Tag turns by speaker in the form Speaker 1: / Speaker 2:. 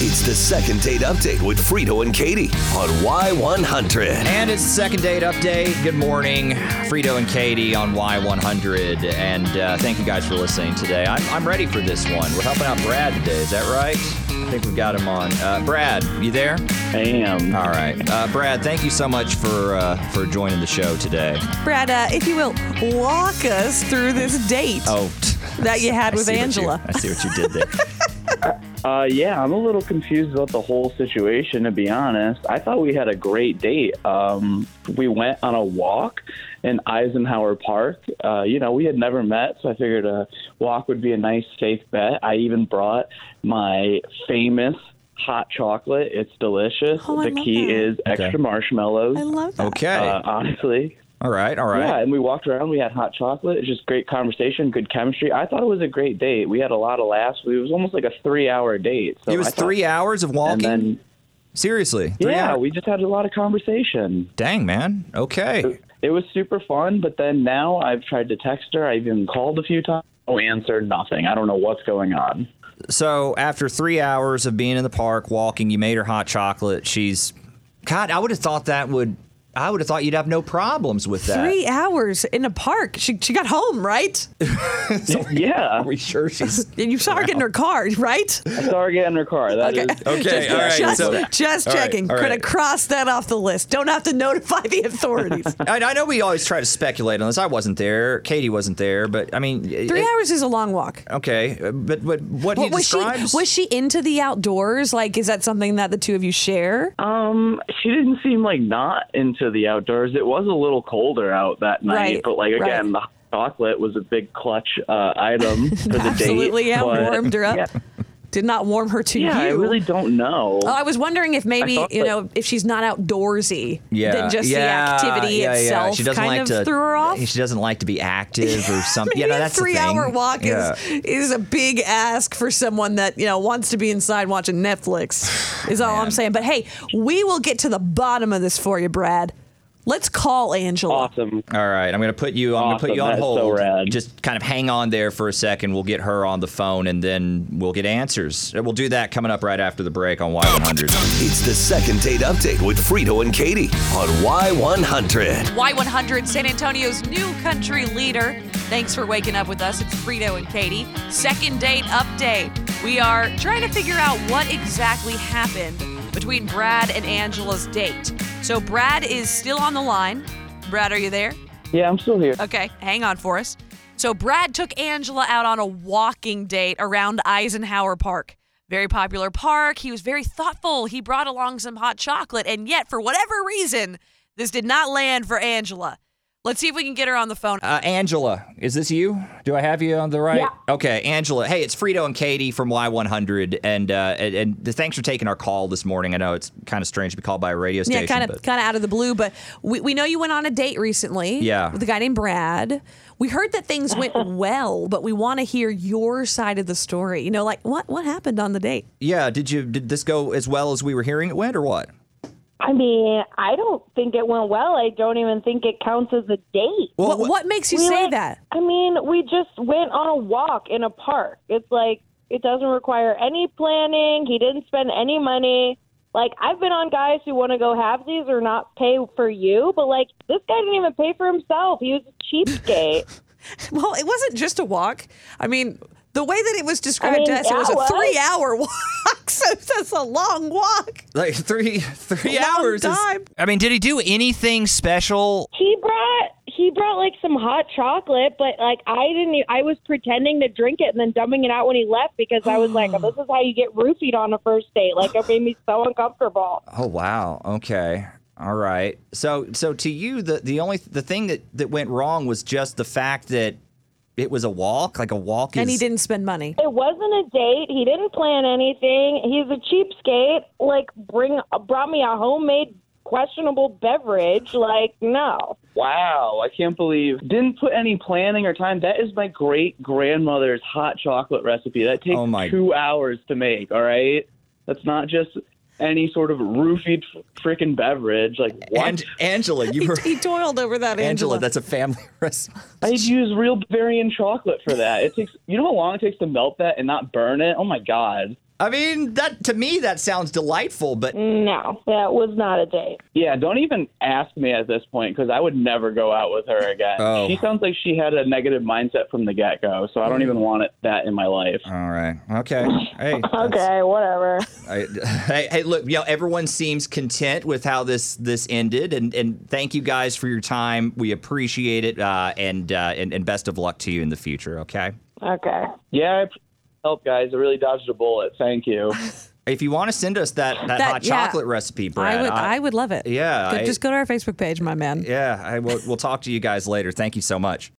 Speaker 1: It's the second date update with Frito and Katie on Y100.
Speaker 2: And it's second date update. Good morning, Frito and Katie on Y100. And uh, thank you guys for listening today. I'm, I'm ready for this one. We're helping out Brad today. Is that right? I think we got him on. Uh, Brad, you there?
Speaker 3: I am.
Speaker 2: All right. Uh, Brad, thank you so much for uh, for joining the show today.
Speaker 4: Brad, uh, if you will, walk us through this date.
Speaker 2: Oh,
Speaker 4: That you had
Speaker 2: I
Speaker 4: with
Speaker 2: see what you-
Speaker 4: Angela.
Speaker 2: I see what you did there.
Speaker 3: Uh, yeah, I'm a little confused about the whole situation, to be honest. I thought we had a great date. Um, we went on a walk in Eisenhower Park. Uh, you know, we had never met, so I figured a walk would be a nice, safe bet. I even brought my famous hot chocolate. It's delicious.
Speaker 4: Oh, I
Speaker 3: the
Speaker 4: love
Speaker 3: key
Speaker 4: that.
Speaker 3: is extra
Speaker 2: Okay.
Speaker 3: marshmallows.
Speaker 4: I love that.
Speaker 2: Okay.
Speaker 3: uh, honestly,
Speaker 2: all right. All right.
Speaker 3: Yeah, and we walked around. We had hot chocolate. It's just great conversation, good chemistry. I thought it was a great date. We had a lot of laughs. It was almost like a three-hour date. So
Speaker 2: it was
Speaker 3: I thought-
Speaker 2: three hours of
Speaker 3: And
Speaker 2: walking.
Speaker 3: then,
Speaker 2: Seriously. Three
Speaker 3: yeah,
Speaker 2: hours.
Speaker 3: we just had a lot of conversation.
Speaker 2: Dang, man. Okay.
Speaker 3: It was super fun. But then now I've tried to text her. I even called a few times. No answer. Nothing. I don't know what's going on.
Speaker 2: So after three hours of being in the park, walking, you made her hot chocolate. She's, God, I would have thought that would, I would have thought you'd have no problems with that.
Speaker 4: Three hours in a park. She, she got home, right?
Speaker 3: Yeah,
Speaker 2: Are we sure she's?
Speaker 4: And you saw her get in her car, right?
Speaker 3: I saw her get in her car. That is
Speaker 2: Okay, all right,
Speaker 4: Just,
Speaker 2: so-
Speaker 4: just
Speaker 2: all right,
Speaker 4: checking.
Speaker 2: all
Speaker 4: Could
Speaker 2: right.
Speaker 4: have crossed that off the list. Don't have to notify the authorities.
Speaker 2: I, I know we always try to speculate on this. I wasn't there. Katie wasn't there, but I mean,
Speaker 4: Three hours is a long walk.
Speaker 2: Okay, uh, but but what he
Speaker 4: What, was she
Speaker 2: describes.
Speaker 4: was she into the outdoors? Like, is that something that the two of you share?
Speaker 3: Um, she didn't seem like not into the outdoors. It was a little colder out that night,
Speaker 4: Right,
Speaker 3: but like again, the
Speaker 4: right.
Speaker 3: hot chocolate was a big clutch uh, item for the date.
Speaker 4: Absolutely, yeah.
Speaker 3: but-
Speaker 4: warmed her up.
Speaker 3: Yeah,
Speaker 4: Did not warm her to
Speaker 3: yeah,
Speaker 4: you.
Speaker 3: I really don't know.
Speaker 4: Oh, I was wondering if maybe
Speaker 3: thought
Speaker 4: you
Speaker 3: that-
Speaker 4: know if she's not outdoorsy,
Speaker 2: yeah,
Speaker 4: then just
Speaker 2: yeah,
Speaker 4: the activity
Speaker 2: yeah, yeah.
Speaker 4: itself
Speaker 2: She doesn't
Speaker 4: kind
Speaker 2: like
Speaker 4: of
Speaker 2: to,
Speaker 4: threw her off.
Speaker 2: She doesn't like to be active or something.
Speaker 4: Maybe
Speaker 2: yeah, no,
Speaker 4: a
Speaker 2: that's the thing.
Speaker 4: three-hour walk
Speaker 2: Yeah.
Speaker 4: is is a big ask for someone that you know wants to be inside watching Netflix. Is all I'm saying. But hey, we will get to the bottom of this for you, Brad. Let's call Angela.
Speaker 3: awesome.
Speaker 2: All right, I'm gonna put you. I'm gonna put
Speaker 3: Awesome,
Speaker 2: you on
Speaker 3: that's so
Speaker 2: hold.
Speaker 3: rad.
Speaker 2: Just kind of hang on there for a second. We'll get her on the phone, and then we'll get answers. We'll do that coming up right after the break on Y100.
Speaker 1: It's the second date update with Frito and Katie on Y100.
Speaker 5: Y100, San Antonio's new country leader. Thanks for waking up with us. It's Frito and Katie. Second date update. We are trying to figure out what exactly happened between Brad and Angela's date. So Brad is still on the line. Brad, are you there?
Speaker 3: Yeah, I'm still here.
Speaker 5: Okay, hang on for us. So Brad took Angela out on a walking date around Eisenhower Park. Very popular park. He was very thoughtful. He brought along some hot chocolate, and yet for whatever reason, this did not land for Angela. Let's see if we can get her on the phone.
Speaker 2: Uh, Angela, is this you? Do I have you on the right? Okay, Angela. Hey, it's Frito and Katie from Y100, and uh, and, and th- thanks for taking our call this morning. I know it's kind of strange to be called by a radio station.
Speaker 4: Yeah, kind of,
Speaker 2: but-
Speaker 4: kind of out of the blue, but we, we know you went on a date recently.
Speaker 2: Yeah.
Speaker 4: with a guy named Brad. We heard that things went well, but we want to hear your side of the story. You know, like what what happened on the date?
Speaker 2: yeah. Did you did this go as well as we were hearing it went, or what?
Speaker 6: I mean, I don't think it went well. I don't even think it counts as a date.
Speaker 2: Well,
Speaker 4: what,
Speaker 2: what-
Speaker 4: what makes you
Speaker 6: We
Speaker 4: say
Speaker 6: went-
Speaker 4: that?
Speaker 6: I mean, we just went on a walk in a park. It's like it doesn't require any planning. He didn't spend any money. Like I've been on guys who want to go have these or not pay for you, but like this guy didn't even pay for himself. He was a cheapskate.
Speaker 4: Well, it wasn't just a walk. I mean, the way that it was described
Speaker 6: mean,
Speaker 4: to us, it was
Speaker 6: yeah,
Speaker 4: a
Speaker 6: it was.
Speaker 4: three hour walk. So that's a long walk.
Speaker 2: Like three three
Speaker 4: A long
Speaker 2: hours. is-
Speaker 4: time.
Speaker 2: I mean, did he do anything special?
Speaker 6: He brought he brought like some hot chocolate, but like I didn't. e- I was pretending to drink it and then dumping it out when he left because I was like, "This is how you get roofied on a first date." Like it made me so uncomfortable.
Speaker 2: Oh wow. Okay. All right. So so to you the the only the thing that that went wrong was just the fact that it was a walk, like a walk is
Speaker 4: And he didn't spend money.
Speaker 6: It wasn't a date. He didn't plan anything. He's a cheapskate. Like bring brought me a homemade questionable beverage. Like no.
Speaker 3: Wow, I can't believe didn't put any planning or time. That is my great grandmother's hot chocolate recipe. That takes
Speaker 2: Oh, my-
Speaker 3: two hours to make. All right, that's not just any sort of roofied freaking beverage. Like what?
Speaker 2: And Angela, you
Speaker 4: He,
Speaker 2: were
Speaker 4: he toiled over that Angela.
Speaker 2: Angela, that's a family recipe.
Speaker 3: I'd use real Bavarian chocolate for that. It takes you know how long it takes to melt that and not burn it. Oh my god.
Speaker 2: I mean, that to me that sounds delightful, but
Speaker 4: Mm.
Speaker 6: No, that was not a date.
Speaker 3: Yeah, don't even ask me at this point because I would never go out with her again.
Speaker 2: Oh.
Speaker 3: She sounds like she had a negative mindset from the get go, so I don't even want it, that in my life.
Speaker 2: all right, okay, hey, that's-
Speaker 6: Okay, whatever.
Speaker 2: I, hey, hey, look, you know, everyone seems content with how this this ended, and and thank you guys for your time. We appreciate it, uh, and, uh, and and best of luck to you in the future. Okay.
Speaker 6: Okay.
Speaker 3: Yeah, I help guys. I really dodged a bullet. Thank you.
Speaker 2: If you want to send us that, that,
Speaker 4: That-
Speaker 2: hot
Speaker 4: yeah.
Speaker 2: chocolate recipe, Brad,
Speaker 4: I would, I, would love it.
Speaker 2: Yeah,
Speaker 4: Go-
Speaker 2: I-
Speaker 4: just go to our Facebook page, my man.
Speaker 2: yeah, I will, we'll talk to you guys later. Thank you so much.